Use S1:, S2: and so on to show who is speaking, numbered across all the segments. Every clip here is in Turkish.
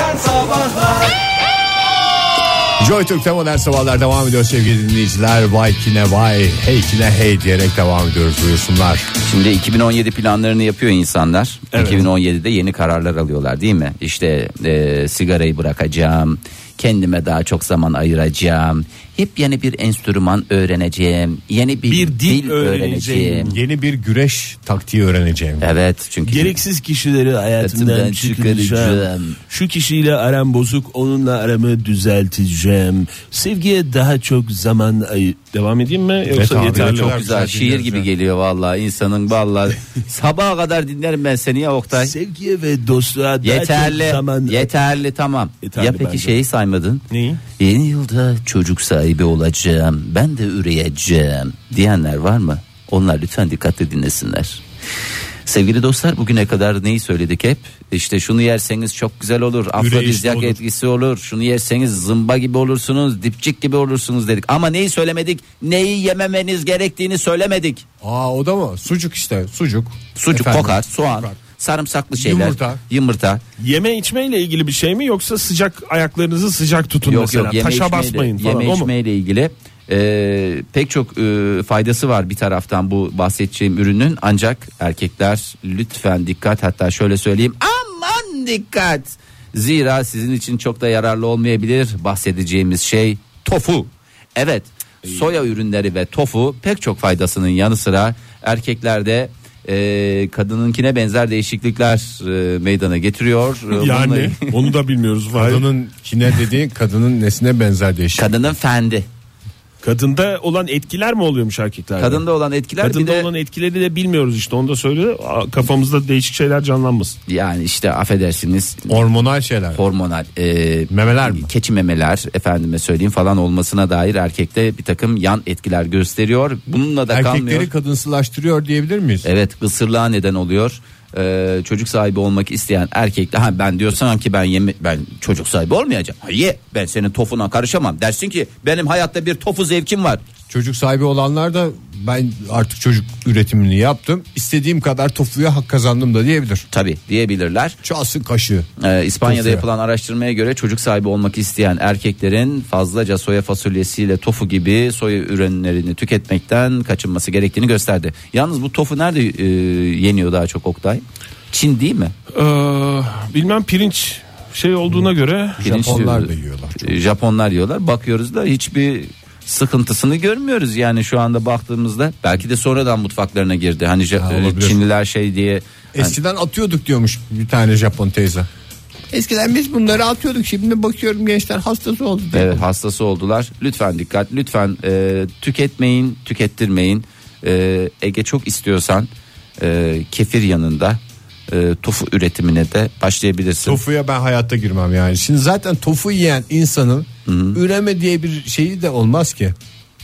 S1: Sabahlar
S2: Joy Türk'te modern sabahlar devam ediyor sevgili dinleyiciler. Vay kine vay, hey kine hey diyerek devam ediyoruz buyursunlar.
S3: Şimdi 2017 planlarını yapıyor insanlar. 2017'de yeni kararlar alıyorlar değil mi? İşte e, sigarayı bırakacağım, kendime daha çok zaman ayıracağım, hep yeni bir enstrüman öğreneceğim, yeni bir,
S4: Bir
S3: dil,
S4: dil
S3: öğreneceğim.
S4: öğreneceğim.
S2: Yeni bir güreş taktiği öğreneceğim.
S3: Evet çünkü
S4: Gereksiz kişileri hayatımdan
S3: Hayatımdan
S4: çıkaracağım.
S3: çıkaracağım.
S4: Şu kişiyle aram bozuk onunla aramı düzelteceğim. Sevgiye daha çok zaman ay Devam edeyim mi yoksa
S2: abi,
S4: yeterli
S2: çok
S4: mi?
S3: çok güzel
S2: güzel
S3: şiir
S2: dinliyoruz
S3: gibi
S2: ya.
S3: geliyor vallahi insanın vallahi sabaha kadar dinlerim ben seni ya Oktay.
S4: Sevgiye ve dostluğa daha
S3: Yeterli.
S4: çok zaman
S3: Yeterli tamam.
S4: Yeterli
S3: ya peki
S4: bence.
S3: şeyi saymadın.
S4: Neyi?
S3: Yeni yılda çocuk sahibi olacağım. Ben de üreyeceğim diyenler var mı? Onlar lütfen dikkatli dinlesinler. Sevgili dostlar bugüne kadar neyi söyledik hep? İşte şunu yerseniz çok güzel olur. Afrodizyak
S4: olur.
S3: etkisi olur. Şunu yerseniz zımba gibi olursunuz. Dipçik gibi olursunuz dedik. Ama neyi söylemedik? Neyi yememeniz gerektiğini söylemedik.
S2: Aa o da mı? Sucuk işte sucuk.
S3: Sucuk,
S2: Efendim,
S3: kokar, soğan,
S2: kokar.
S3: sarımsaklı şeyler.
S2: Yumurta.
S3: Yumurta.
S5: Yeme içmeyle ilgili bir şey mi yoksa sıcak ayaklarınızı sıcak tutun mesela
S3: yeme
S5: taşa
S3: içmeyle-
S5: basmayın falan
S3: yeme
S5: o mu?
S3: içmeyle ilgili e, pek çok e, faydası var bir taraftan bu bahsedeceğim ürünün ancak erkekler lütfen dikkat hatta şöyle söyleyeyim aman dikkat zira sizin için çok da yararlı olmayabilir bahsedeceğimiz şey tofu evet soya ürünleri ve tofu pek çok faydasının yanı sıra erkeklerde e, kadınınkine benzer değişiklikler e, meydana getiriyor E, bununla
S5: Yani
S3: ilgili-
S5: onu da bilmiyoruz. Vay.
S2: Kadının kine dediğin kadının nesine benzer değişik.
S3: kadının fendi
S5: Kadında olan etkiler mi oluyormuş erkeklerde?
S3: Kadında olan etkiler bir
S5: Kadında
S3: de
S5: olan etkileri de bilmiyoruz işte onu da söyle Aa, kafamızda değişik şeyler canlanmasın.
S3: yani işte affedersiniz
S2: Hormonal şeyler.
S3: hormonal e,
S2: Memeler mi?
S3: keçi memeler efendime söyleyeyim falan olmasına dair erkekte bir takım yan etkiler gösteriyor. Bununla da kalmıyor.
S2: Erkekleri kadınsılaştırıyor diyebilir miyiz?
S3: Evet gısırlığa neden oluyor. Ee, çocuk sahibi olmak isteyen erkekte ha ben diyorsan ki ben yemi, ben çocuk sahibi olmayacağım. Hayır ben senin tofuna karışamam. Dersin ki benim hayatta bir tofu zevkim var.
S2: Çocuk sahibi olanlar da ben artık çocuk üretimini yaptım. İstediğim kadar tofuya hak kazandım da diyebilir.
S3: Tabii diyebilirler.
S2: Çalsın kaşığı.
S3: Ee, İspanya'da
S2: Tofuya.
S3: yapılan araştırmaya göre çocuk sahibi olmak isteyen erkeklerin fazlaca soya fasulyesiyle tofu gibi soya ürünlerini tüketmekten kaçınması gerektiğini gösterdi. Yalnız bu tofu nerede e, yeniyor daha çok Oktay? Çin değil mi?
S5: Ee, bilmem pirinç şey olduğuna göre
S3: Pirinç
S2: Japonlar
S3: diyoruz.
S2: da yiyorlar.
S3: E, Japonlar yiyorlar. Bakıyoruz da hiçbir sıkıntısını görmüyoruz yani şu anda baktığımızda. Belki de sonradan mutfaklarına girdi. Hani Ja-
S2: Ha, olabilir.
S3: Çinliler şey diye
S2: Eskiden atıyorduk diyormuş bir tane Japon teyze. Eskiden biz bunları atıyorduk. Şimdi bakıyorum gençler hastası oldu. diye.
S3: Evet hastası oldular. Lütfen dikkat. Lütfen e, tüketmeyin, tükettirmeyin. E, Ege çok istiyorsan e, kefir yanında e, tofu üretimine de başlayabilirsin.
S2: Tofuya ben hayatta girmem yani. Şimdi zaten tofu yiyen insanın üreme diye bir şeyi de olmaz ki.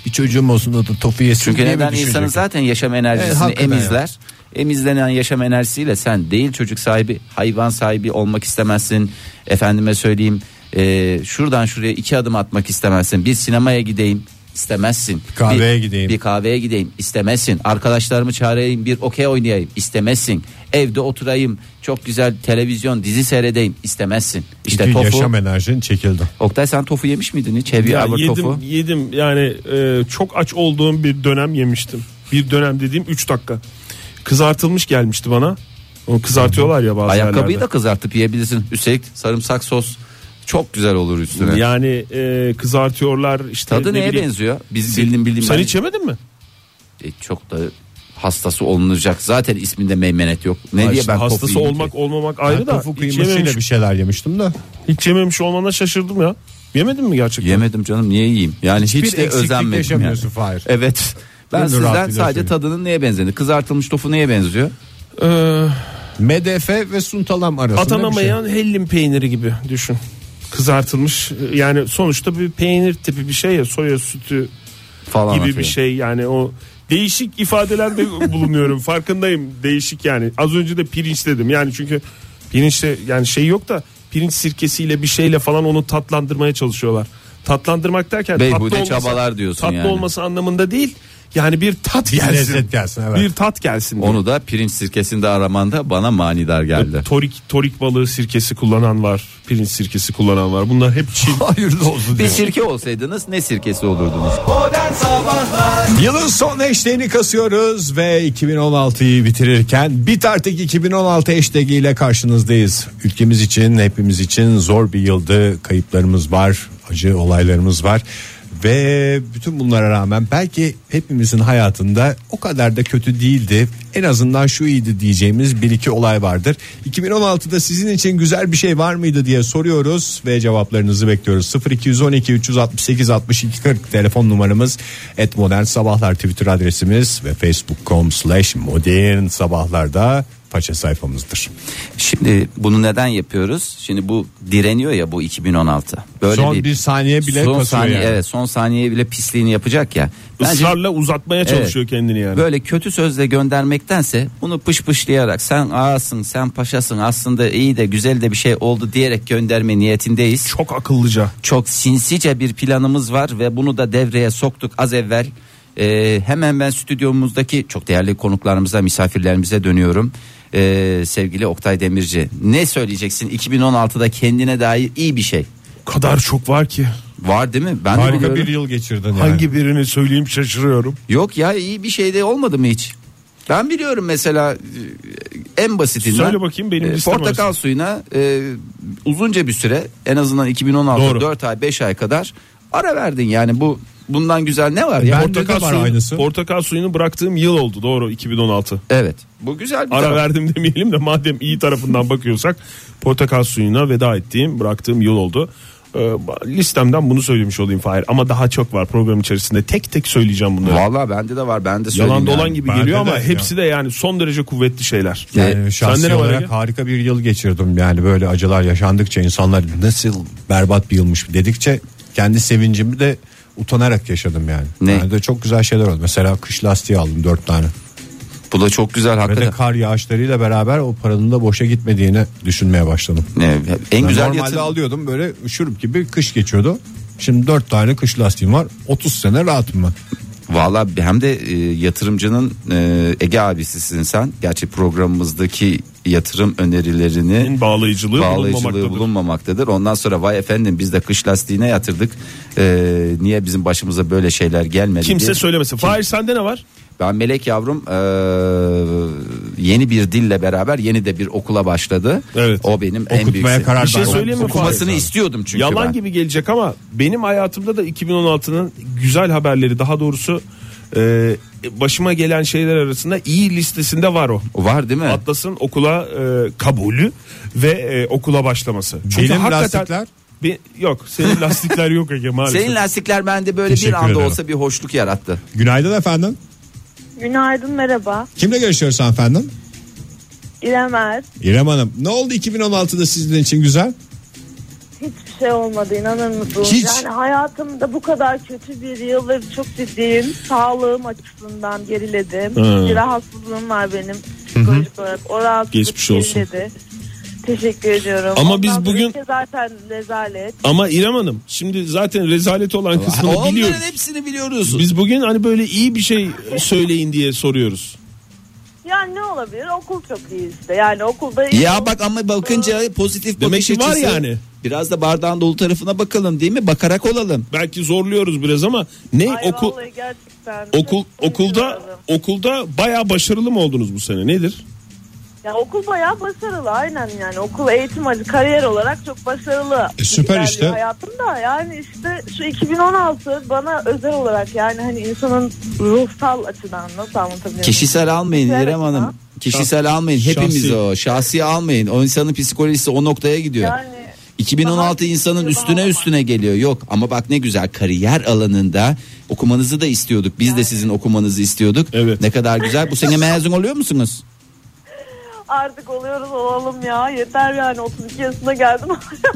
S2: Bir çocuğum olsun o da tofu yesin
S3: Çünkü
S2: diye mi
S3: neden
S2: düşünecek?
S3: insanın zaten yaşam
S2: Evet,
S3: enerjisini
S2: hakikaten
S3: emizler. Emizlenen yaşam enerjisiyle sen değil çocuk sahibi, hayvan sahibi olmak istemezsin. Efendime söyleyeyim, e, şuradan şuraya iki adım atmak istemezsin. Bir sinemaya gideyim istemezsin.
S2: Kahveye
S3: Bir-
S2: gideyim.
S3: Bir kahveye gideyim istemezsin. Arkadaşlarımı çağırayım, bir okey oynayayım istemezsin. Evde oturayım, çok güzel televizyon dizi seyredeyim istemezsin. İşte
S2: Bütün
S3: tofu.
S2: yaşam enerjin çekildi.
S3: Oktay sen tofu yemiş miydin hiç? Heavy
S5: Ya
S3: hour
S5: yedim
S3: tofu.
S5: yedim yani e, çok aç olduğum bir dönem yemiştim. Bir dönem dediğim 3 dakika. Kızartılmış gelmişti bana. Onu kızartıyorlar ya bazı
S3: Ayakkabıyı
S5: yerlerde.
S3: da kızartıp yiyebilirsin. Üstelik sarımsak sos çok güzel olur üstüne.
S5: Yani e, kızartıyorlar işte
S3: Tadı
S5: ne
S3: neye
S5: bileyim.
S3: benziyor? Biz bildim bildim.
S5: Sen
S3: ben-
S5: hiç yemedin mi?
S3: E, çok da hastası olunacak. Zaten isminde meymenet yok. Ne
S5: Ay
S3: diye
S5: işte
S3: ben
S5: hastası
S3: kokuyu-
S5: olmak olmamak
S2: Ben
S5: ayrı da
S2: tofu
S5: hiç
S2: kıymasıyla
S5: yememiş,
S2: bir şeyler yemiştim de.
S3: şey
S5: hiç yememiş olmana şaşırdım ya. Yemedin mi gerçekten?
S3: Yemedim canım niye yiyeyim? Yani hiç,
S2: Hiçbir
S3: de
S2: eksiklik
S3: özenmedim yani.
S2: yaşamıyorsun Fahir.
S3: Evet.
S2: Ben
S3: Ben
S2: de
S3: sizden
S2: rahatlığıyla
S3: sadece
S2: söyleyeyim.
S3: tadının neye benzediğini. Kızartılmış tofu neye benziyor?
S5: Ee,
S2: MDF ve suntalam arasında bir şey.
S5: atanamayan hellim peyniri gibi düşün. şey. Kızartılmış yani sonuçta bir peynir tipi bir şey ya soya sütü
S3: Falan
S5: gibi bir
S3: atıyor.
S5: şey yani o değişik ifadelerde bulunuyorum farkındayım değişik yani az önce de pirinç dedim yani çünkü pirinçte yani şey yok da pirinç sirkesiyle bir şeyle falan onu tatlandırmaya çalışıyorlar tatlandırmak derken
S3: Beyhude
S5: tatlı olması,
S3: çabalar diyorsun
S5: tatlı
S3: yani.
S5: olması anlamında değil Yani bir tat
S2: Bir şey.
S5: gelsin.
S2: lezzet gelsin, evet.
S5: Bir tat gelsin. diye.
S3: Onu da pirinç sirkesinde aramanda bana manidar geldi.
S5: Torik torik balığı sirkesi kullanan var. Pirinç sirkesi kullanan var. Bunlar hep Çin.
S2: Hayırlı olsun
S3: Bir
S2: diyor.
S3: sirke olsaydınız ne sirkesi olurdunuz?
S2: Yılın son eşliğini kasıyoruz ve 2016'yı bitirirken bit artık 2016 eşliğiyle karşınızdayız. Ülkemiz için hepimiz için zor bir yıldı. Kayıplarımız var, acı olaylarımız var. Ve bütün bunlara rağmen belki hepimizin hayatında o kadar da kötü değildi. En azından şu iyiydi diyeceğimiz bir iki olay vardır. 2016'da sizin için güzel bir şey var mıydı diye soruyoruz ve cevaplarınızı bekliyoruz. 0212 368 62 40 telefon numaramız et modern sabahlar twitter adresimiz ve facebook.com slash modern sabahlarda faça sayfamızdır.
S3: Şimdi bunu neden yapıyoruz? Şimdi bu direniyor ya bu 2016. Böyle
S2: Son bir saniye bile
S3: son
S2: kasıyor
S3: saniye,
S2: yani.
S3: Evet son saniye bile pisliğini yapacak ya. Bence
S5: Israrla uzatmaya çalışıyor
S3: Evet.
S5: kendini yani.
S3: böyle kötü sözle göndermektense bunu pış pışlayarak sen ağasın sen paşasın aslında iyi de güzel de bir şey oldu diyerek gönderme niyetindeyiz.
S5: Çok akıllıca.
S3: Çok sinsice bir planımız var ve bunu da devreye soktuk az evvel. Ee, hemen ben stüdyomuzdaki çok değerli konuklarımıza, misafirlerimize dönüyorum. Ee, sevgili Oktay Demirci, ne söyleyeceksin 2016'da kendine dair iyi bir şey?
S5: O kadar çok var ki.
S3: Var değil mi? Ben de
S2: Harika
S3: biliyorum.
S2: bir yıl geçirdin yani.
S5: Hangi birini söyleyeyim şaşırıyorum.
S3: Yok ya iyi bir şey de olmadı mı hiç? Ben biliyorum mesela e, en basitinden. e,
S5: Söyle bakayım, benim listem
S3: Portakal
S5: arasında.
S3: suyuna e, uzunca bir süre en azından 2016
S5: Doğru.
S3: 4 ay 5 ay kadar ara verdin. Yani bu bundan güzel ne var ya?
S2: Ben- Bende de var
S5: suyu-
S2: aynısı.
S5: portakal suyunu bıraktığım yıl oldu doğru 2016.
S3: Evet. Bu güzel bir
S5: Ara
S3: taraf.
S5: verdim demeyelim de madem iyi tarafından bakıyorsak portakal suyuna veda ettiğim bıraktığım yıl oldu. Ee, listemden bunu söylemiş olayım Fahir ama daha çok var program içerisinde tek tek söyleyeceğim bunları.
S3: Vallahi bende de var. Ben de söyleyeyim.
S5: Yalan dolan
S3: yani.
S5: gibi
S2: Bende
S5: geliyor
S2: de
S5: ama
S2: ya.
S5: hepsi de yani son derece kuvvetli şeyler.
S2: Yani şahsi
S5: Sende ne var
S2: olarak
S5: Ege?
S2: harika bir yıl geçirdim yani böyle acılar yaşandıkça insanlar nasıl berbat bir yılmış dedikçe kendi sevincimi de utanarak yaşadım yani.
S3: Ne?
S2: Yani de çok güzel şeyler oldu. Mesela kış lastiği aldım dört tane.
S3: Bu da çok güzel
S2: Ve de
S3: hakikaten.
S2: kar yağışlarıyla beraber o paranın da boşa gitmediğini düşünmeye başladım.
S3: Ne, en
S2: Yani
S3: güzel
S2: normalde
S3: yatırım.
S2: alıyordum böyle üşürüp gibi kış geçiyordu. Şimdi dört tane kış lastiğim var. 30 sene rahatım ben.
S3: Valla hem de e, yatırımcının e, Ege abisisin sen. Gerçi programımızdaki yatırım önerilerini
S5: En bağlayıcılığı,
S3: bağlayıcılığı
S5: bulunmamaktadır.
S3: bulunmamaktadır. Ondan sonra vay efendim biz de kış lastiğine yatırdık. Ee, niye bizim başımıza böyle şeyler gelmedi
S5: Kimse
S3: diye.
S5: söylemesin. Fahir sende ne var?
S3: Ben Melek yavrum ee, yeni bir dille beraber yeni de bir okula başladı.
S5: Evet.
S3: O benim en büyük
S2: Okutmaya
S3: se-
S2: karar
S5: Bir şey
S2: verdim.
S5: söyleyeyim mi
S3: Okumasını
S5: Fahir?
S3: istiyordum çünkü
S5: Yalan
S3: ben.
S5: gibi gelecek ama benim hayatımda da 2016'nın güzel haberleri daha doğrusu e, başıma gelen şeyler arasında iyi listesinde var o.
S3: Var değil mi?
S5: Atlas'ın okula e, kabulü ve e, okula başlaması. Çünkü
S2: Benim
S5: hakikaten-
S2: lastikler?
S5: Be- yok senin lastikler yok Ege maalesef.
S3: Senin lastikler bende böyle
S2: Teşekkür
S3: bir anda
S2: ederim.
S3: olsa bir hoşluk yarattı.
S2: Günaydın efendim.
S1: Günaydın merhaba.
S2: Kimle görüşüyoruz efendim?
S1: İrem Er.
S2: İrem Hanım. Ne oldu 2016'da sizin için güzel?
S1: Hiçbir şey olmadı inanır mısınız?
S2: Hiç.
S1: Yani hayatımda bu kadar kötü bir yıldır çok ciddiyim. Sağlığım açısından geriledim.
S5: Hı.
S1: Bir rahatsızlığım var benim psikolojik olarak. O rahatsızlık
S5: Geçmiş olsun.
S1: geriledi. Teşekkür ediyorum.
S5: Ama
S1: Ondan
S5: biz
S1: sonra
S5: bugün-
S1: ülke zaten rezalet.
S5: Ama İrem Hanım şimdi zaten rezalet olan kısmını
S3: Onların
S5: biliyoruz.
S3: hepsini biliyoruz.
S5: Biz bugün hani böyle iyi bir şey söyleyin diye soruyoruz.
S1: Yani ne olabilir? Okul çok iyi işte. Yani okulda iyi
S3: Ya bak ama bakınca pozitif
S5: Demek
S3: bakış
S5: ki var
S3: açısı.
S5: yani.
S3: Biraz da bardağın dolu tarafına bakalım değil mi? Bakarak olalım.
S5: Belki zorluyoruz biraz ama ne
S1: Ay
S5: okul
S1: vallahi gerçekten.
S5: okul
S1: Çok
S5: okulda
S1: üzülüyorum.
S5: okulda bayağı başarılı mı oldunuz bu sene? Nedir?
S1: Ya okul bayağı başarılı aynen yani okul eğitim acı kariyer olarak çok başarılı.
S2: E, süper
S1: İlerliyor
S2: işte.
S1: Hayatımda yani işte şu 2016 bana özel olarak yani hani insanın ruhsal açıdan nasıl anlatabilirim?
S3: Kişisel almayın
S1: Kişisel
S3: İrem Hanım.
S1: açıdan.
S3: Kişisel almayın. Hepimiz
S5: şahsi.
S3: o. Şahsi almayın. O insanın psikolojisi o noktaya gidiyor.
S1: Yani
S3: 2016
S1: daha-
S3: insanın
S1: daha
S3: üstüne
S1: olmaz.
S3: üstüne geliyor. Yok ama bak ne güzel kariyer alanında okumanızı da istiyorduk. Biz de sizin okumanızı istiyorduk.
S5: Evet.
S3: Ne kadar güzel. Bu sene mezun oluyor musunuz?
S1: Artık oluyoruz olalım ya yeter yani 32 yaşına geldim.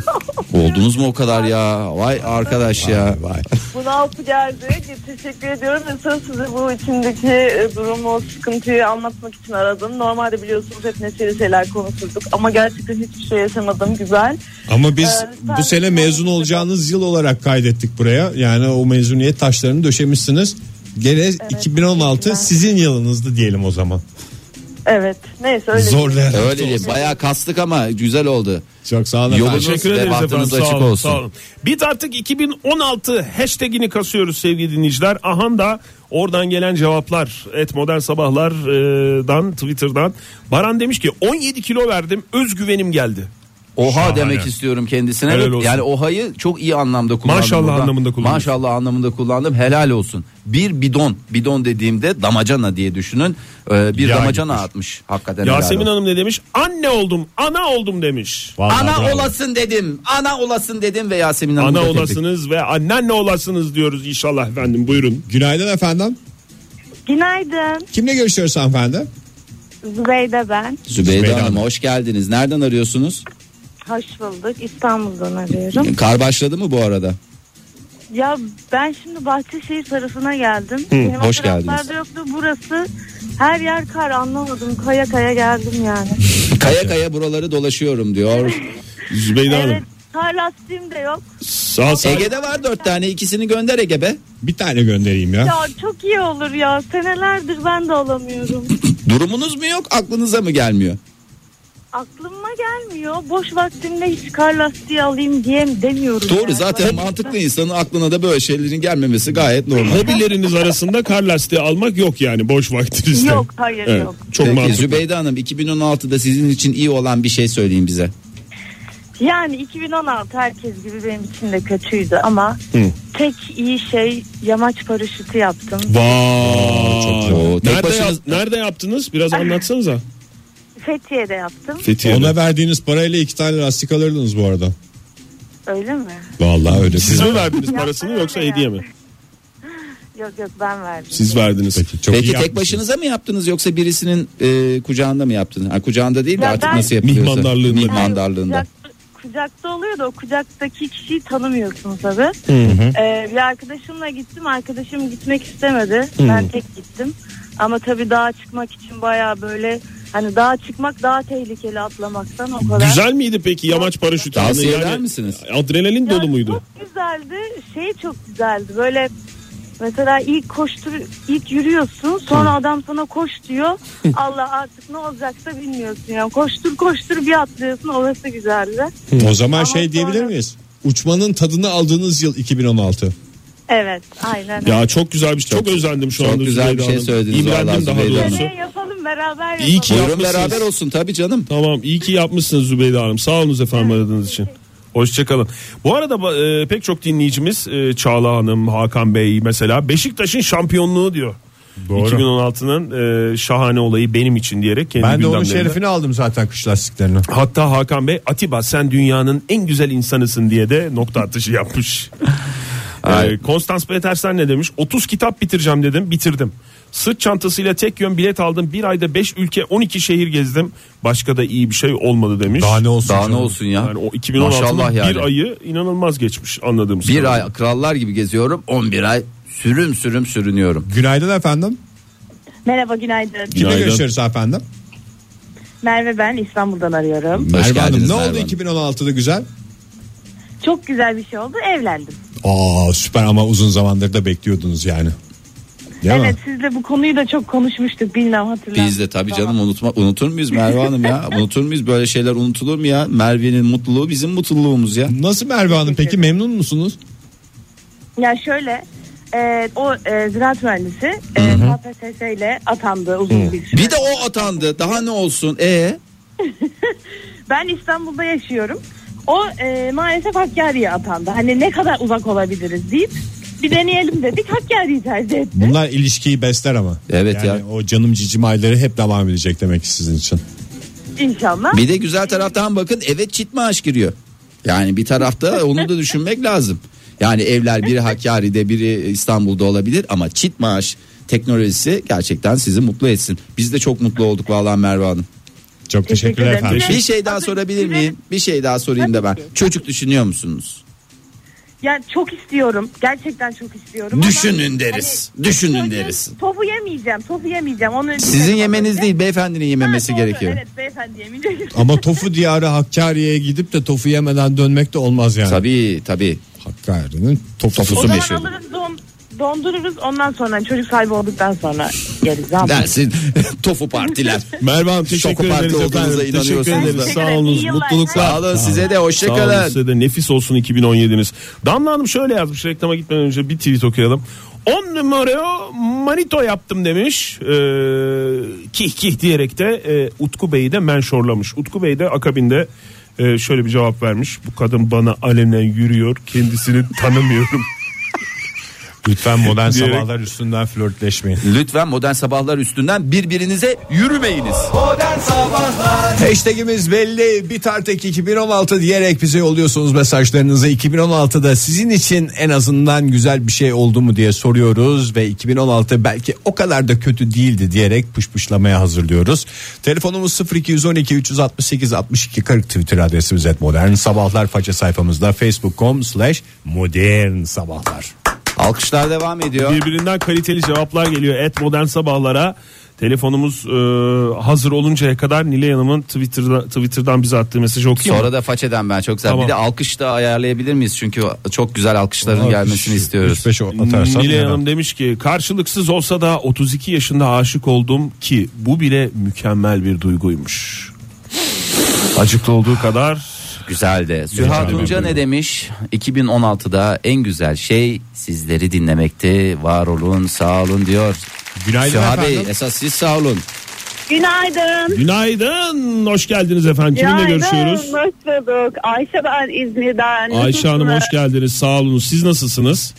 S3: Oldunuz mu o kadar ya? Vay arkadaş ya.
S2: Vay.
S1: Bunaltı geldi. Teşekkür ediyorum. ve Söz size bu içimdeki e, durumu, sıkıntıyı anlatmak için aradım. Normalde biliyorsunuz hep neşeli şeyler konuşurduk. Ama gerçekten hiçbir şey yaşamadım. Güzel.
S2: Ama biz
S1: Ee, lütfen-
S2: bu sene mezun olacağınız yıl olarak kaydettik buraya. Yani o mezuniyet taşlarını döşemişsiniz. Gene 2016 sizin yılınızdı diyelim o zaman.
S1: Evet. Neyse öyle.
S2: Zorlayan.
S3: Öyle değil. Bayağı kastık ama güzel oldu.
S2: Çok sağ olun.
S3: Yolun-
S2: efendim.
S3: Ve
S5: Teşekkür ederiz
S3: bahtınız
S5: efendim. Sağ
S3: açık
S5: olun,
S3: olsun.
S5: sağ olun. Bit artık 2016 hashtagini kasıyoruz sevgili dinleyiciler. Ahan da oradan gelen cevaplar. Et modern sabahlardan Twitter'dan. Baran demiş ki 17 kilo verdim özgüvenim geldi.
S3: Oha
S5: Şahane.
S3: demek istiyorum kendisine.
S5: Helal olsun.
S3: Yani ohayı çok iyi anlamda kullandım.
S5: Maşallah anlamında kullandım.
S3: Maşallah anlamında kullandım. Helal olsun. Bir bidon. Bidon dediğimde damacana diye düşünün. Ee, bir
S5: Yağ
S3: damacana
S5: gitmiş.
S3: atmış. Hakikaten
S5: Yasemin
S3: helal olsun.
S5: Hanım ne demiş? Anne oldum ana oldum demiş.
S2: Vallahi
S3: Ana
S2: bravo.
S3: olasın dedim. Ana olasın dedim ve Yasemin Hanım.
S5: Ana olasınız ve annenle olasınız diyoruz inşallah efendim buyurun.
S2: Günaydın efendim.
S6: Günaydın.
S2: Kimle görüşüyoruz hanımefendi?
S6: Zübeyde ben.
S3: Zübeyde
S2: Zübeyde
S3: Hanım
S2: Hanım.
S3: hoş geldiniz. Nereden arıyorsunuz?
S6: Hoş bulduk. İstanbul'dan arıyorum.
S3: Kar başladı mı bu arada?
S6: Ya ben şimdi Bahçeşehir tarafına geldim. Benim o
S3: hoş
S6: taraflarda
S3: geldiniz.
S6: yoktu. Burası her yer kar anlamadım. Kaya kaya geldim yani.
S3: Kaya kaya buraları dolaşıyorum diyor.
S5: Zübeyde
S6: evet.
S5: Hanım.
S6: Kar lastiğim de yok.
S5: Sağ sağ.
S3: Ege'de var dört tane ikisini gönder Ege be.
S2: Bir tane göndereyim ya.
S6: Ya çok iyi olur ya. Senelerdir ben de alamıyorum.
S3: Durumunuz mu yok aklınıza mı gelmiyor?
S6: Aklıma gelmiyor. Boş vaktimde hiç kar lastiği alayım diye demiyorum.
S3: Doğru
S6: yani.
S3: zaten mantıklı insanın aklına da böyle şeylerin gelmemesi gayet normal.
S5: Hobileriniz arasında kar lastiği almak yok yani boş vaktinizde.
S6: Yok hayır
S5: Evet,
S6: yok.
S5: Çok
S3: Peki,
S5: mantıklı.
S3: Zübeyde Hanım 2016'da sizin için iyi olan bir şey söyleyin bize.
S6: Yani 2016 herkes gibi benim için de kötüydü ama tek iyi şey yamaç paraşütü yaptım.
S5: Vay.
S3: Oo, tek
S5: nerede,
S3: başınız-
S5: yap- nerede yaptınız? Biraz anlatsanıza.
S6: Fethiye'de yaptım.
S2: Ona verdiğiniz parayla iki tane lastik alırdınız bu arada.
S6: Öyle mi?
S2: Vallahi öyle.
S5: Siz mi verdiniz
S6: Ya,
S5: parasını
S6: öyle
S5: yoksa
S6: ya.
S5: hediye mi?
S6: Yok yok ben verdim.
S5: Siz verdiniz.
S2: Peki, çok iyi
S3: Peki tek
S2: yapmışsınız.
S3: başınıza mı yaptınız yoksa birisinin e, kucağında mı yaptınız? Ha, kucağında değil de
S6: Ya
S3: artık
S6: ben-
S3: nasıl yapılıyorsa.
S5: Mihmandarlığında.
S3: Mihmandarlığında.
S6: Kucak- kucakta oluyor da o kucaktaki kişiyi tanımıyorsun tabii. Ee, bir arkadaşımla gittim. Arkadaşım gitmek istemedi. Ben tek gittim. Ama tabii dağa çıkmak için baya böyle hani dağa çıkmak daha tehlikeli atlamaktan o kadar.
S5: Güzel miydi peki yamaç paraşütü?
S3: Tavsiye
S5: Yani
S3: eder misiniz?
S5: Adrenalin
S6: Ya
S5: dolu muydu?
S6: Çok güzeldi. Şey çok güzeldi. Böyle mesela ilk koştur ilk yürüyorsun sonra adam sana koş diyor. Allah artık ne olacaksa bilmiyorsun. Yani koştur koştur bir atlıyorsun. Orası güzeldi.
S2: O zaman
S6: Ama
S2: şey diyebilir
S6: sonra-
S2: miyiz? Uçmanın tadını aldığınız yıl 2016.
S6: Evet aynen.
S5: Ya çok güzel bir şey. Çok, özendim şu
S3: çok
S5: anda.
S3: güzel
S5: Zübeyde
S3: bir şey
S5: Hanım.
S3: söylediniz vallahi
S5: İmrendim daha
S3: Zübeyde Hanım.
S5: doğrusu.
S6: Seneye yapalım beraber yapalım.
S5: İyi ki
S3: Buyurun
S5: yapmışsınız.
S3: beraber olsun tabii canım.
S5: Tamam iyi ki yapmışsınız Zübeyde Hanım. Sağ olunuz efendim aradığınız için. Hoşçakalın. Bu arada ba- e, pek çok dinleyicimiz e, Çağla Hanım, Hakan Bey mesela Beşiktaş'ın şampiyonluğu diyor.
S2: Doğru.
S5: 2016'nın e, şahane olayı benim için diyerek kendi
S2: Ben de onun
S5: gündemlerinde-
S2: şerefini aldım zaten kış lastiklerini.
S5: Hatta Hakan Bey Atiba sen dünyanın en güzel insanısın diye de nokta atışı yapmış. ee, Konstans Petersen ne demiş? 30 kitap bitireceğim dedim bitirdim. Sırt çantasıyla tek yön bilet aldım. Bir ayda 5 ülke 12 şehir gezdim. Başka da iyi bir şey olmadı demiş.
S2: Daha ne olsun?
S3: Daha
S2: canım?
S3: ne olsun ya.
S5: Yani o 2016'nın
S3: Maşallah yani.
S5: bir ayı inanılmaz geçmiş anladığımız
S3: Bir
S5: kadarıyla.
S3: ay krallar gibi geziyorum 11 ay sürüm sürüm sürünüyorum.
S2: Günaydın efendim.
S7: Merhaba günaydın.
S2: Kimle
S5: Günaydın.
S2: görüşüyoruz efendim?
S7: Merve ben İstanbul'dan arıyorum.
S3: Hoş
S2: Merve Hanım
S3: geldiniz
S2: ne
S3: Merve
S2: oldu
S3: Hanım.
S2: 2016'da güzel?
S7: Çok güzel bir şey oldu evlendim.
S2: Aa süper ama uzun zamandır da bekliyordunuz yani. Değil
S7: evet
S2: mi?
S7: sizle bu konuyu da çok konuşmuştuk bilmem hatırlamıyorum.
S3: Biz de tabii canım unutma, unutur muyuz Merve Hanım ya? unutur muyuz böyle şeyler unutulur mu ya? Merve'nin mutluluğu bizim mutluluğumuz ya.
S2: Nasıl Merve Hanım peki memnun musunuz?
S7: Ya şöyle e, o e, ziraat mühendisi e, KPSS ile atandı uzun bir süre.
S3: Bir de o atandı. Daha ne olsun? E
S7: Ben İstanbul'da yaşıyorum. O e, maalesef Hakkari'ye atandı. Hani ne kadar uzak olabiliriz deyip bir deneyelim dedik Hakkari'yi tercih etti.
S2: Bunlar ilişkiyi besler ama.
S3: Evet
S2: yani
S3: ya.
S2: O canım cicim ayları hep devam edecek demek ki sizin için.
S7: İnşallah.
S3: bir de güzel taraftan bakın evet çit maaş giriyor. Yani bir tarafta onu da düşünmek lazım. Yani evler biri Hakkari'de biri İstanbul'da olabilir ama çit maaş teknolojisi gerçekten sizi mutlu etsin. Biz de çok mutlu olduk vallahi Merve Hanım.
S2: Çok teşekkürler
S7: ederim.
S2: efendim.
S3: Bir şey daha
S7: Tabii,
S3: sorabilir
S7: güzel.
S3: miyim? Bir şey daha sorayım da ben.
S7: Tabii ki.
S3: Çocuk düşünüyor musunuz?
S7: Ya çok istiyorum. Gerçekten çok istiyorum. ama- hani
S3: Düşünün deriz. Düşünün
S7: Çocuğun
S3: deriz.
S7: Tofu yemeyeceğim, tofu yemeyeceğim. Onu
S3: Sizin yemeniz değil beyefendinin yememesi gerekiyor.
S7: Evet, beyefendi yemeyecek.
S2: Ama tofu diyarı Hakkari'ye gidip de tofu yemeden dönmek de olmaz yani.
S3: Tabii tabii.
S2: Hakkari'nin tofusu.
S7: O
S3: Tofusu
S7: zaman
S3: meşhur.
S7: alırım dom,
S6: dondururuz ondan sonra çocuk sahibi olduktan sonra yeriz. Ne yapalım?
S3: Dersin tofu partiler.
S5: Merve Hanım
S3: Şoku
S5: teşekkür
S3: parti
S5: ederiz
S3: olduğunuza
S5: efendim. Teşekkür
S3: inanıyorsunuz
S5: ederiz.
S6: da.
S5: Sağ olun.
S6: İyi yıllar.
S5: Mutluluklar.
S3: Sağ olun size de
S5: Sağ olun
S3: hoşçakalın.
S5: size de nefis olsun 2017'niz. Damla Hanım şöyle yazmış reklama gitmeden önce bir tweet okuyalım. 10 numara manito yaptım demiş. Ee, kih kih diyerek de e, Utku Bey'i de menşorlamış. Utku Bey de akabinde e, şöyle bir cevap vermiş. Bu kadın bana alenen yürüyor kendisini tanımıyorum.
S2: Lütfen modern
S5: Diyerek-
S2: sabahlar üstünden flörtleşmeyin.
S3: Lütfen modern sabahlar üstünden birbirinize yürümeyiniz.
S2: Hashtagimiz belli. Bitartek 2016 diyerek bize yolluyorsunuz mesajlarınızı. 2016'da sizin için en azından güzel bir şey oldu mu diye soruyoruz. Ve 2016 belki o kadar da kötü değildi diyerek pışpışlamaya hazırlıyoruz. Telefonumuz 0212 368 62 40 Twitter adresimiz et modern sabahlar faça sayfamızda facebook.com slash modern sabahlar.
S3: Alkışlar devam ediyor.
S5: Birbirinden kaliteli cevaplar geliyor. Et modern sabahlara telefonumuz e, hazır oluncaya kadar Nilay Hanım'ın Twitter'da, Twitter'dan bize attığı mesajı okuyayım. mı?
S3: Sonra da façeden ben çok güzel.
S5: Tamam.
S3: Bir de alkış da ayarlayabilir miyiz? Çünkü çok güzel alkışların gelmesini istiyoruz.
S2: 3-5 atarsan
S5: Nilay
S2: neden?
S5: Hanım demiş ki karşılıksız olsa da 32 yaşında aşık oldum ki bu bile mükemmel bir duyguymuş. Acıklı olduğu kadar
S3: Güzel de. Süha Tunca ne demiş? 2016'da en güzel şey sizleri dinlemekti. Var olun, sağ olun diyor.
S2: Günaydın
S3: Süha
S2: efendim.
S3: Bey esas siz sağ olun.
S6: Günaydın.
S5: günaydın hoş geldiniz efendim kiminle görüşüyoruz?
S6: Hoş bulduk. Ayşe ben İzmir'den.
S5: Ayşe Hanım hoş geldiniz sağ olun siz nasılsınız?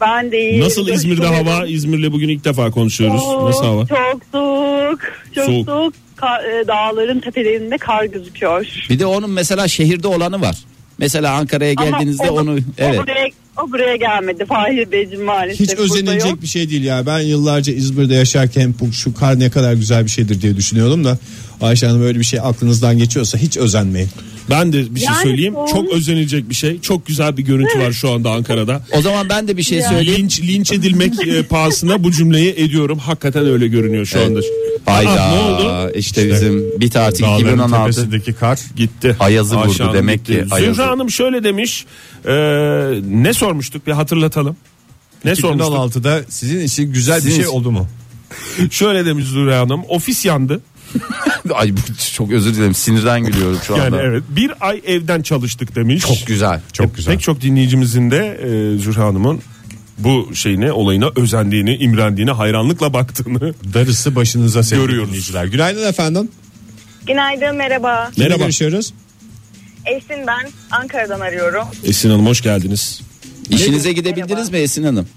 S6: Ben de iyiyim.
S5: Nasıl İzmir'de hava? İzmir'le bugün ilk defa konuşuyoruz.
S6: Soğuk,
S5: Nasıl hava?
S6: Çok soğuk. Çok
S5: Soğuk.
S6: soğuk. Ka- e, dağların tepelerinde kar gözüküyor.
S3: Bir de onun mesela şehirde olanı var. Mesela Ankara'ya
S6: Ama
S3: geldiğinizde
S6: o-
S3: onu evet.
S6: O buraya, o buraya gelmedi Fahir Beyciğim maalesef.
S2: Hiç
S6: burada yok.
S2: özenilecek bir şey değil ya. Ben yıllarca İzmir'de yaşarken bu şu kar ne kadar güzel bir şeydir diye düşünüyordum da Ayşe Hanım öyle bir şey aklınızdan geçiyorsa hiç özenmeyin.
S5: Ben de bir şey
S6: Yani
S5: söyleyeyim.
S6: soğuk.
S5: Çok özenilecek bir şey. Çok güzel bir görüntü var şu anda Ankara'da.
S3: O zaman ben de bir şey söyleyeyim.
S5: Linç, linç edilmek e, pahasına bu cümleyi ediyorum. Hakikaten öyle görünüyor şu anda.
S3: Hayda.
S5: Aa, ne oldu?
S3: İşte bizim bir tatil
S2: Dağların
S3: 2016.
S2: tepesindeki kar.
S5: Gitti.
S3: Ayazı vurdu
S5: Ayşe Hanım
S3: demek
S5: gitti.
S3: ki,
S5: Zühre
S3: ayazı.
S5: Hanım şöyle demiş. e, ne sormuştuk bir hatırlatalım. Ne sormuştuk?
S2: 2016'da sizin için güzel bir
S3: Sizin
S2: şey
S3: için.
S2: oldu mu?
S5: Şöyle demiş Zühre Hanım. Ofis yandı.
S3: Ay bu- çok özür dilerim sinirden gülüyorum şu anda.
S5: Yani evet. Bir ay evden çalıştık demiş.
S3: Çok güzel.
S2: Çok güzel.
S5: Pek çok dinleyicimizin de e, Zühre Hanım'ın bu şeyine olayına özendiğini, imrendiğini, hayranlıkla baktığını
S2: Darısı başınıza sevgili
S5: Görüyoruz.
S2: dinleyiciler. Günaydın efendim.
S6: Günaydın merhaba.
S2: Kimle
S5: Merhaba.
S2: görüşüyoruz?
S6: Esin ben Ankara'dan arıyorum.
S5: Esin Hanım hoş geldiniz.
S3: İşinize gidebildiniz mi Esin Hanım?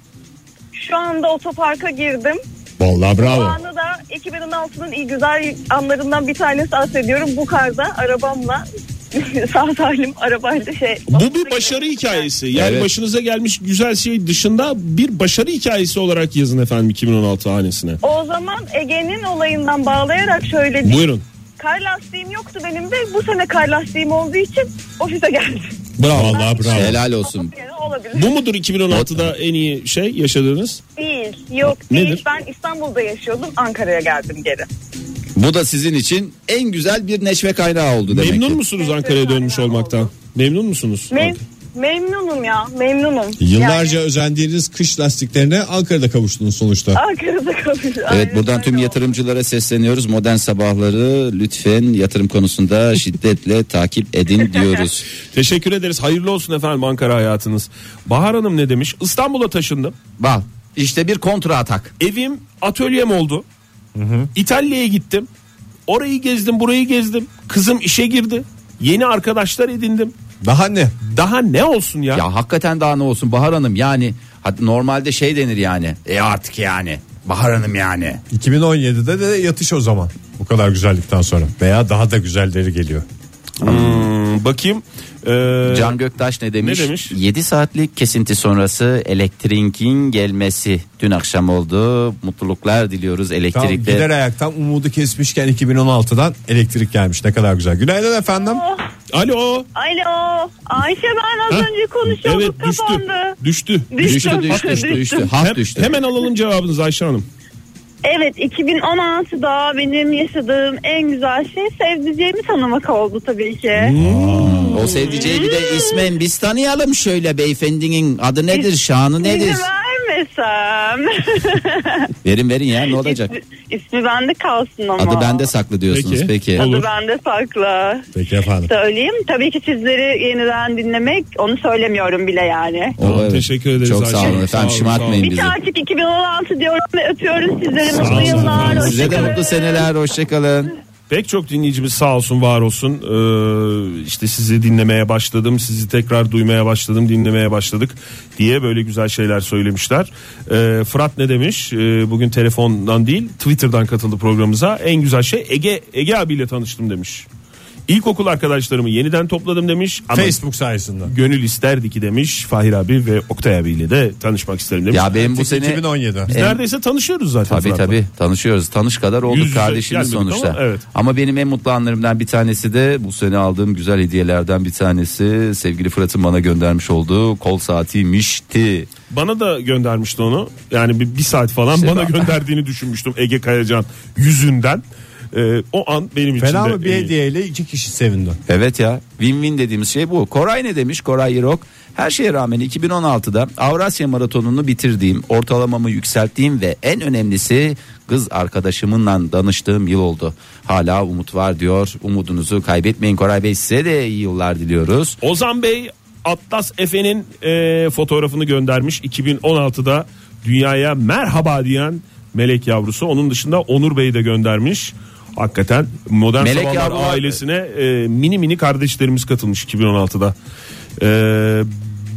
S6: Şu anda otoparka girdim.
S2: Vallahi
S6: Bu
S2: bravo.
S6: anı da 2016'nın iyi güzel anlarından bir tanesi aslediyorum. Bu karda arabamla sağ salim arabayla şey.
S5: Bu bir başarı hikayesi. Yani
S3: Evet.
S5: başınıza gelmiş güzel şey dışında bir başarı hikayesi olarak yazın efendim 2016 hanesine.
S6: O zaman Ege'nin olayından bağlayarak şöyle diyeyim.
S5: Buyurun.
S6: Kar lastiğim yoktu benim de. Bu sene kar lastiğim olduğu için ofise geldim.
S5: Bravo.
S2: Vallahi bravo.
S3: Helal olsun.
S6: Yani olabilir.
S5: Bu mudur 2016'da en iyi şey yaşadığınız?
S6: Değil. Yok
S5: Nedir?
S6: değil. Ben İstanbul'da yaşıyordum. Ankara'ya geldim geri.
S3: Bu da sizin için en güzel bir neşve kaynağı oldu demek
S5: Memnun
S3: ki.
S5: musunuz Ankara'ya dönmüş olmaktan? Memnun musunuz?
S6: Mem- memnunum ya. Memnunum.
S2: Yıllarca
S6: Yani
S2: özendiğiniz kış lastiklerine Ankara'da kavuştunuz sonuçta.
S6: Ankara'da kalıyoruz.
S3: Evet buradan tüm yatırımcılara sesleniyoruz. Modern sabahları lütfen yatırım konusunda şiddetle takip edin diyoruz.
S5: Teşekkür ederiz. Hayırlı olsun efendim Ankara hayatınız. Bahar Hanım ne demiş? İstanbul'a taşındım.
S3: Bak işte bir kontra atak.
S5: Evim atölyem oldu. İtalya'ya gittim. Orayı gezdim, burayı gezdim. Kızım işe girdi. Yeni arkadaşlar edindim.
S2: Daha ne?
S5: Daha ne olsun ya?
S3: Ya hakikaten daha ne olsun Bahar Hanım yani hadi normalde şey denir yani. E artık yani Bahar Hanım yani.
S2: 2017'de de yatış o zaman. Bu kadar güzellikten sonra. Veya daha da güzelleri geliyor.
S5: Hmm, bakayım. Ee,
S3: Can Göktaş ne demiş?
S5: Ne demiş?
S3: 7 saatlik kesinti sonrası elektriğin gelmesi dün akşam oldu. Mutluluklar diliyoruz
S2: Tam
S3: elektrikte.
S2: gider ayaktan umudu kesmişken 2016'dan elektrik gelmiş. Ne kadar güzel. Günaydın efendim.
S5: Alo.
S6: Alo. Ayşe ben az
S5: Ha?
S6: önce konuşuyorduk
S5: Evet düştü.
S6: kapandı.
S5: Düştü.
S3: düştü
S6: Düştüm,
S3: düştü düştü.
S6: düştüm.
S3: Hat
S5: Hem-
S3: düştü.
S5: Hemen alalım cevabınızı Ayşe Hanım.
S6: Evet 2016'da benim yaşadığım en güzel şey sevdiceğimi tanımak oldu tabii
S3: Hmm.
S6: ki.
S3: O sevdiceği bir de ismen biz tanıyalım şöyle beyefendinin adı nedir şanı nedir?
S6: İzin verme desem?
S3: Verin verin ya ne olacak?
S6: İsmi bende kalsın ama.
S3: Adı bende saklı diyorsunuz
S5: Peki.
S3: peki.
S5: Olur.
S6: Adı bende sakla.
S2: Peki efendim.
S6: Söyleyeyim. Tabii ki sizleri yeniden dinlemek onu söylemiyorum bile yani.
S3: O, Oh, evet.
S5: Teşekkür ederiz
S3: Çok sağ olun
S5: Ayşe.
S3: efendim
S5: Sağ olun,
S3: şımartmayın
S6: Biz
S3: bizi.
S6: artık 2016 diyorum ve öpüyoruz sizleri.
S5: olun.
S6: Mutlu yıllar.
S3: Size de
S6: hoşçakalın.
S3: mutlu seneler hoşçakalın.
S5: Pek çok dinleyicimiz sağ olsun var olsun Ee, işte sizi dinlemeye başladım sizi tekrar duymaya başladım dinlemeye başladık diye böyle güzel şeyler söylemişler. Ee, Fırat ne demiş Ee, bugün telefondan değil Twitter'dan katıldı programımıza en güzel şey Ege Ege abiyle tanıştım demiş. İlkokul arkadaşlarımı yeniden topladım demiş ama
S2: Facebook sayesinde.
S5: gönül isterdi ki demiş Fahir abi ve Oktay abiyle de tanışmak isterim demiş.
S3: Ya benim bu
S2: Tek
S3: sene
S2: 2017.
S5: Biz neredeyse tanışıyoruz zaten
S3: Tabii
S5: Fırat'la.
S3: tabii tanışıyoruz. Tanış kadar olduk
S5: Yüz yüze
S3: kardeşimiz
S5: gelmedik
S3: sonuçta.
S5: ama evet.
S3: benim en mutlu anlarımdan bir tanesi de bu sene aldığım güzel hediyelerden bir tanesi sevgili Fırat'ın bana göndermiş olduğu kol saatiymişti.
S5: Bana da göndermişti onu. Yani bir, bir saat falan
S2: Şey
S5: bana gönderdiğini düşünmüştüm Ege Kayacan yüzünden. Ee, o an benim için
S2: Fena
S5: de
S2: mı bir
S5: en iyi.
S2: hediyeyle iki kişi sevindi.
S3: Evet ya win-win dediğimiz şey bu. Koray ne demiş? Koray Yerok. Her şeye rağmen 2016'da Avrasya Maratonu'nu bitirdiğim, ortalamamı yükselttiğim ve en önemlisi kız arkadaşımınla danıştığım yıl oldu. Hala umut var diyor. Umudunuzu kaybetmeyin Koray Bey. Size de iyi yıllar diliyoruz.
S5: Ozan Bey Atlas Efe'nin e, fotoğrafını göndermiş. 2016'da dünyaya merhaba diyen melek yavrusu. Onun dışında Onur Bey'i de göndermiş. Hakikaten modern
S3: Melek
S5: sabahlar
S3: yavrular-
S5: ailesine e, mini mini kardeşlerimiz katılmış 2016'da. E,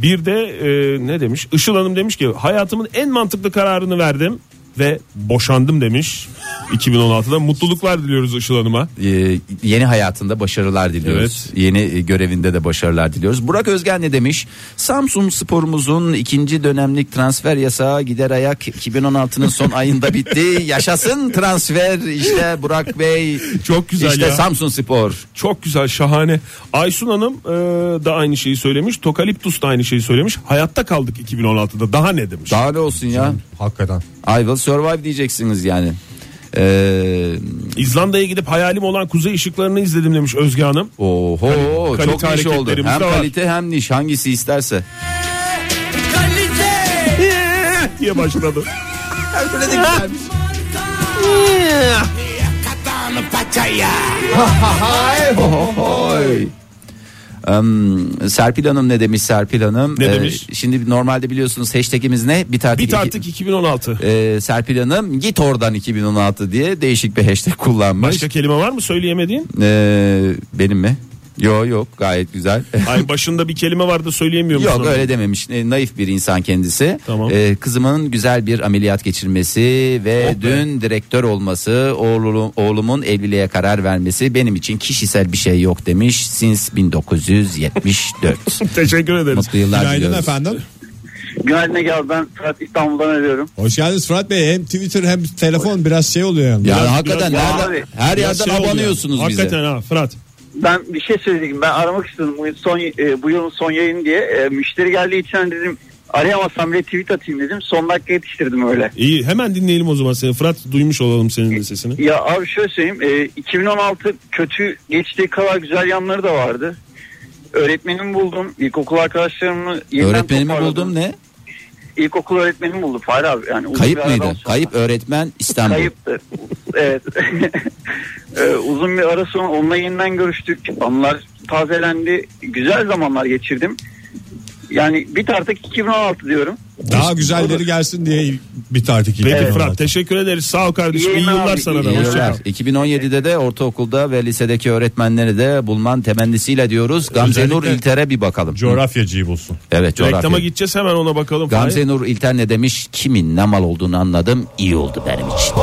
S5: bir de e, ne demiş? Işıl Hanım demiş ki hayatımın en mantıklı kararını verdim ve boşandım demiş 2016'da. Mutluluklar diliyoruz Işıl Hanım'a.
S3: Ee, yeni hayatında başarılar diliyoruz. Yeni e, görevinde de başarılar diliyoruz. Burak Özgen ne demiş? Samsun Spor'umuzun ikinci dönemlik transfer yasağı gider ayak 2016'nın son ayında bitti. Yaşasın transfer işte Burak Bey.
S5: Çok güzel
S3: İşte
S5: ya.
S3: Samsun Spor.
S5: Çok güzel şahane. Aysun Hanım e, da aynı şeyi söylemiş. Tokaliptus da aynı şeyi söylemiş. Hayatta kaldık 2016'da. Daha ne demiş?
S3: Daha ne olsun ya?
S2: Hakikaten.
S3: I will survive diyeceksiniz yani. Ee,
S5: İzlanda'ya gidip hayalim olan kuzey ışıklarını izledim demiş Özge Hanım.
S3: oho
S5: kalite
S3: çok niş oldu.
S5: hareketlerimiz
S3: Hem
S5: de var.
S3: kalite hem niş hangisi isterse. Eh,
S5: diye başladı.
S3: Oy. Em, Serpil Hanım ne demiş Serpil Hanım?
S5: Ne
S3: Ee,
S5: demiş?
S3: şimdi normalde biliyorsunuz hashtagimiz ne? Bir artık.
S5: Bit artık 2016.
S3: Ee, Serpil Hanım git oradan 2016 diye değişik bir hashtag kullanmış.
S5: Başka kelime var mı söyleyemediğin?
S3: Ee, benim mi? Yok yok gayet güzel.
S5: Ay başında bir kelime vardı söyleyemiyor musun?
S3: Yok öyle dememiş. E, Naif bir insan kendisi.
S5: Tamam.
S3: E, kızımın güzel bir ameliyat geçirmesi ve dün direktör olması, oğlum, oğlumun evliliğe karar vermesi benim için kişisel bir şey yok demiş. Since 1974.
S5: Teşekkür ederiz.
S3: Mutlu yıllar
S2: Günaydın
S3: diliyoruz.
S2: efendim.
S8: Günaydın Ege abi ben Fırat İstanbul'dan arıyorum.
S2: Hoş geldiniz Fırat Bey. Hem Twitter hem telefon biraz şey oluyor yani.
S3: Yani
S5: Biraz-
S3: hakikaten
S8: biraz-
S3: nereden-
S8: Abi,
S3: her
S5: Ya
S3: yerden
S5: şey oluyor.
S3: abanıyorsunuz bize.
S5: Hakikaten ha Fırat.
S8: Ben bir şey söyleyeyim ben aramak istedim bu, yıl son, e, bu yılın son yayını diye. E, müşteri geldiği için hani dedim arayamazsam bile tweet atayım dedim son dakika yetiştirdim öyle.
S5: İyi hemen dinleyelim o zaman seni. Fırat duymuş olalım senin de sesini.
S8: Ya abi şöyle söyleyeyim e, 2016 kötü geçtiği kadar güzel yanları da vardı. Öğretmenimi buldum ilkokul arkadaşlarımı yeniden
S3: Öğretmenimi
S8: toparladım.
S3: buldum ne?
S8: İlkokul öğretmenimi buldum Fahri abi. Yani uzun bir
S3: Kayıp
S8: aradan
S3: mıydı?
S8: sonra-
S3: Kayıp öğretmen İstanbul.
S8: Kayıptı. Evet. Ee, uzun bir ara sonra onunla yeniden görüştük. Anılar tazelendi. Güzel zamanlar geçirdim. Yani bit artık 2016 diyorum.
S2: Daha güzelleri gelsin diye bir artık.
S5: Peki
S2: Evet.
S5: Fırat teşekkür ederiz. Sağ ol kardeşim. İyi
S8: İyi yayınlar
S5: yıllar
S8: abi,
S5: sana da.
S8: iyi
S5: Hoşça
S3: Yıllar.
S5: kal.
S3: 2017'de de ortaokulda ve lisedeki öğretmenleri de bulman temennisiyle diyoruz. Gamze
S2: Özellikle-
S3: Nur İlter'e bir bakalım.
S2: Coğrafyacıyı bulsun.
S3: Evet
S5: Reklama
S3: coğrafya.
S5: gideceğiz hemen ona bakalım.
S3: Gamze Nur İlter ne demiş? Kimin ne mal olduğunu anladım. İyi oldu benim için.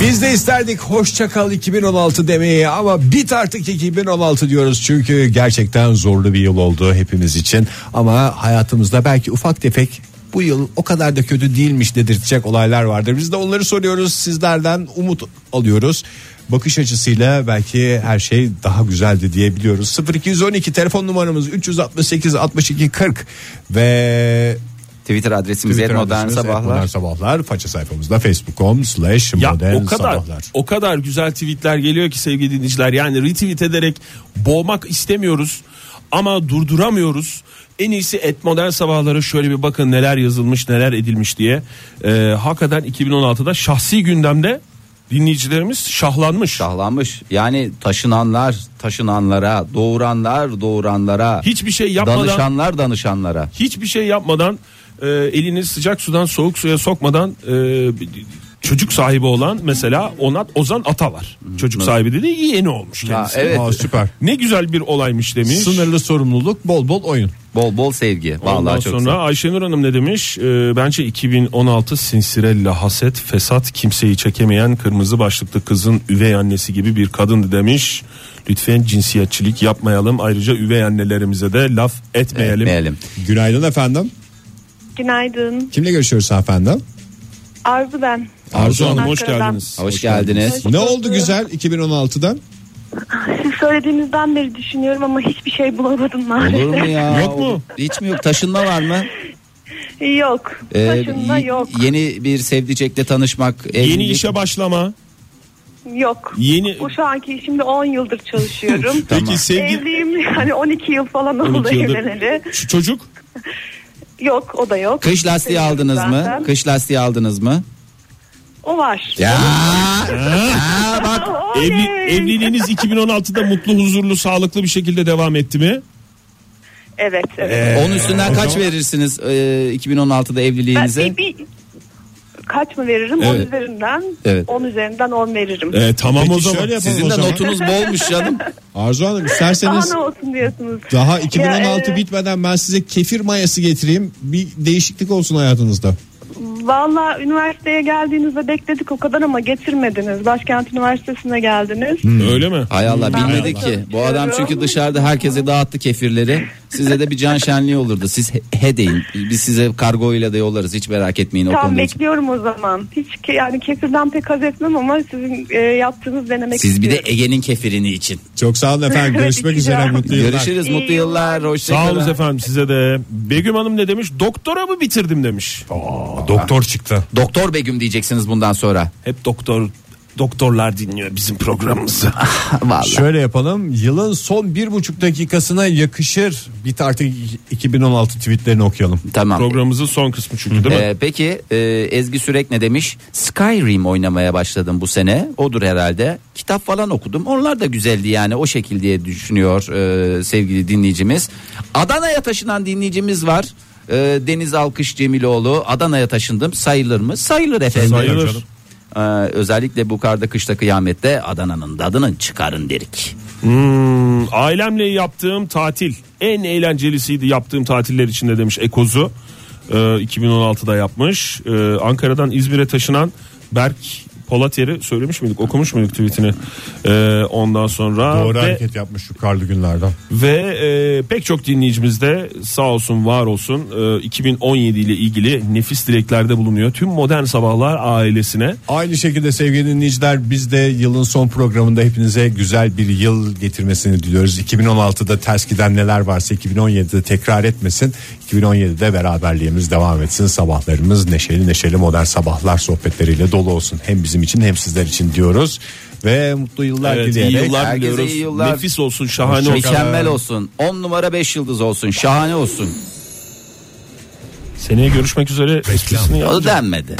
S2: Biz de isterdik hoşça kal 2016 demeyi ama bit artık 2016 diyoruz. Çünkü gerçekten zorlu bir yıl oldu hepimiz için. Ama hayatımızda belki ufak tefek bu yıl o kadar da kötü değilmiş dedirtecek olaylar vardır. Biz de onları soruyoruz sizlerden umut alıyoruz. Bakış açısıyla belki her şey daha güzeldi diyebiliyoruz. 0212 telefon numaramız 368 62 40 ve
S3: Twitter adresimiz
S2: Twitter
S3: @modernSabahlar.
S2: adresimiz
S3: sabahlar.
S2: Modern Sabahlar. Faça sayfamızda facebook.com slash
S5: Ya
S2: modern
S5: o kadar
S2: sabahlar.
S5: o kadar güzel tweetler geliyor ki sevgili dinleyiciler. Yani retweet ederek boğmak istemiyoruz ama durduramıyoruz. En iyisi et modern sabahları şöyle bir bakın neler yazılmış neler edilmiş diye. Ee, hakikaten 2016'da şahsi gündemde dinleyicilerimiz şahlanmış.
S3: Şahlanmış. Yani taşınanlar taşınanlara, doğuranlar doğuranlara,
S5: Hiçbir şey yapmadan
S3: danışanlar danışanlara.
S5: hiçbir şey yapmadan e, elini sıcak sudan soğuk suya sokmadan e, çocuk sahibi olan mesela Onat Ozan Ata var. Çocuk sahibi dedi yeni olmuş
S3: Ha, e-
S5: kendisi.
S3: evet.
S2: Aa, süper.
S5: Ne güzel bir olaymış demiş.
S2: Sınırlı sorumluluk bol bol oyun.
S3: Bol bol sevgi.
S5: Ondan
S3: Vallahi çok
S5: sonra Ayşenur Hanım ne demiş? Ee, bence 2016 Sinsirella haset, fesat, kimseyi çekemeyen kırmızı başlıklı kızın üvey annesi gibi bir kadındı demiş. Lütfen cinsiyetçilik yapmayalım. Ayrıca üvey annelerimize de laf etmeyelim.
S3: sevmeyelim.
S2: Günaydın efendim.
S6: Günaydın.
S2: Kimle görüşüyoruz efendim?
S6: Arzu ben.
S5: Arzu Hanım hoş
S6: Ankara'dan.
S5: geldiniz.
S3: Hoş, geldiniz.
S2: Ne oldu güzel 2016'dan?
S6: Siz söylediğinizden beri düşünüyorum ama hiçbir şey bulamadım maalesef.
S3: Olur mu ya?
S5: Yok mu?
S3: Hiç mi yok? Taşınma var mı?
S6: Yok.
S3: Ee,
S6: Başında
S3: y-
S6: yok.
S3: Yeni bir sevdicekle tanışmak.
S5: Yeni
S3: evlilik.
S5: işe başlama.
S6: Yok.
S5: Yeni
S6: Bu şu anki işimde 10 yıldır çalışıyorum.
S5: Peki sevgili
S6: Evliyim yani 12 yıl falan oldu
S5: 12 yıldır.
S6: evleneli.
S5: şu çocuk
S6: Yok o da yok.
S3: Kış lastiği
S6: Sevgilim
S3: aldınız mı?
S6: zaten.
S3: Kış lastiği aldınız mı?
S6: O var.
S3: Ya. Ya bak
S6: Oley!
S5: evli, evliliğiniz 2016'da mutlu, huzurlu, sağlıklı bir şekilde devam etti mi?
S6: Evet. evet.
S3: onun üstünden kaç verirsiniz e, 2016'da
S6: Ben
S3: evliliğinize?
S6: bir, bir- kaç mı veririm? 10
S3: Evet.
S6: üzerinden.
S3: Evet.
S6: 10 üzerinden 10 veririm.
S5: Ee, tamam
S2: Peki
S5: o zaman.
S2: şöyle yapalım
S3: Sizin
S2: o
S3: de
S2: zaman.
S3: notunuz bolmuş canım.
S2: Arzu Hanım
S6: Daha
S2: isterseniz
S6: ne olsun diyorsunuz.
S2: daha 2016
S6: Ya, e,
S2: bitmeden ben size kefir mayası getireyim. Bir değişiklik olsun hayatınızda.
S6: Valla üniversiteye geldiğinizde bekledik o kadar ama getirmediniz. Başkent Üniversitesi'ne geldiniz.
S5: Öyle mi?
S3: Hay Allah
S6: Ben
S3: bilmedi ki. Bu adam çünkü dışarıda herkese dağıttı kefirleri. Size de bir can şenliği olurdu. Siz he, he deyin. Biz size kargoyla da yollarız. Hiç merak etmeyin o
S6: Tam
S3: konuda. hiç.
S6: bekliyorum o zaman. Hiç ke- yani kesirden pek haz etmem ama sizin e, yaptığınız denemek
S3: Siz bir de
S6: istiyorum.
S3: Ege'nin kefirini için.
S2: Çok sağ olun efendim. Görüşmek
S6: Evet,
S2: üzere.
S6: güzel.
S2: Mutlu yıllar.
S3: Görüşürüz.
S6: İyi
S3: Mutlu yıllar.
S5: Sağ
S3: Hoşçakalın.
S5: olun efendim size de. Begüm Hanım ne demiş? Doktora mı bitirdim demiş.
S2: Doktor çıktı.
S3: Doktor Begüm diyeceksiniz bundan sonra.
S5: Hep doktor doktorlar dinliyor bizim programımızı.
S3: Vallahi.
S2: Şöyle yapalım. Yılın son bir buçuk dakikasına yakışır. Bit artık 2016 tweetlerini okuyalım.
S3: Tamam.
S5: Programımızın son kısmı çünkü değil mi?
S3: Ee, peki e, Ezgi Sürek ne demiş? Skyrim oynamaya başladım bu sene. Odur herhalde. Kitap falan okudum. Onlar da güzeldi yani o şekilde düşünüyor e, sevgili dinleyicimiz. Adana'ya taşınan dinleyicimiz var. E, Deniz Alkış Cemiloğlu Adana'ya taşındım. Sayılır mı? Sayılır efendim.
S5: Sayılır canım.
S3: Ee, özellikle bu karda kışta kıyamette Adana'nın tadının çıkarın derik.
S5: Hmm, ailemle yaptığım tatil en eğlencelisiydi yaptığım tatiller içinde demiş Ekozu. Ee, 2016'da yapmış. Ee, Ankara'dan İzmir'e taşınan Berk Polateri söylemiş miydik okumuş muyduk tweetini Ee, ondan sonra
S2: Doğru
S5: ve,
S2: hareket yapmış şu karlı günlerden.
S5: ve, e, pek çok dinleyicimiz de sağ olsun var olsun e, 2017 ile ilgili nefis dileklerde bulunuyor tüm modern sabahlar ailesine
S2: Aynı şekilde sevgili dinleyiciler biz de yılın son programında hepinize güzel bir yıl getirmesini diliyoruz. 2016'da ters giden neler varsa 2017'de tekrar etmesin. 2017'de beraberliğimiz devam etsin. Sabahlarımız neşeli neşeli modern sabahlar sohbetleriyle dolu olsun. Hem bizim için hem sizler için diyoruz. Ve mutlu yıllar
S5: Evet, iyi
S2: dileyerek.
S5: yıllar
S3: herkese
S5: diliyoruz.
S3: iyi yıllar.
S5: Nefis olsun, şahane
S2: Hoşça
S5: olsun.
S3: Mükemmel olsun. 10 numara 5 yıldız olsun. Şahane olsun.
S5: Seneye görüşmek üzere. Esprisini
S3: O
S5: yapacağım.
S3: denmedi.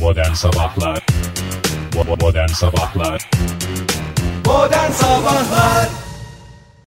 S9: Modern Sabahlar Bo- bo- Modern Sabahlar
S10: Modern Sabahlar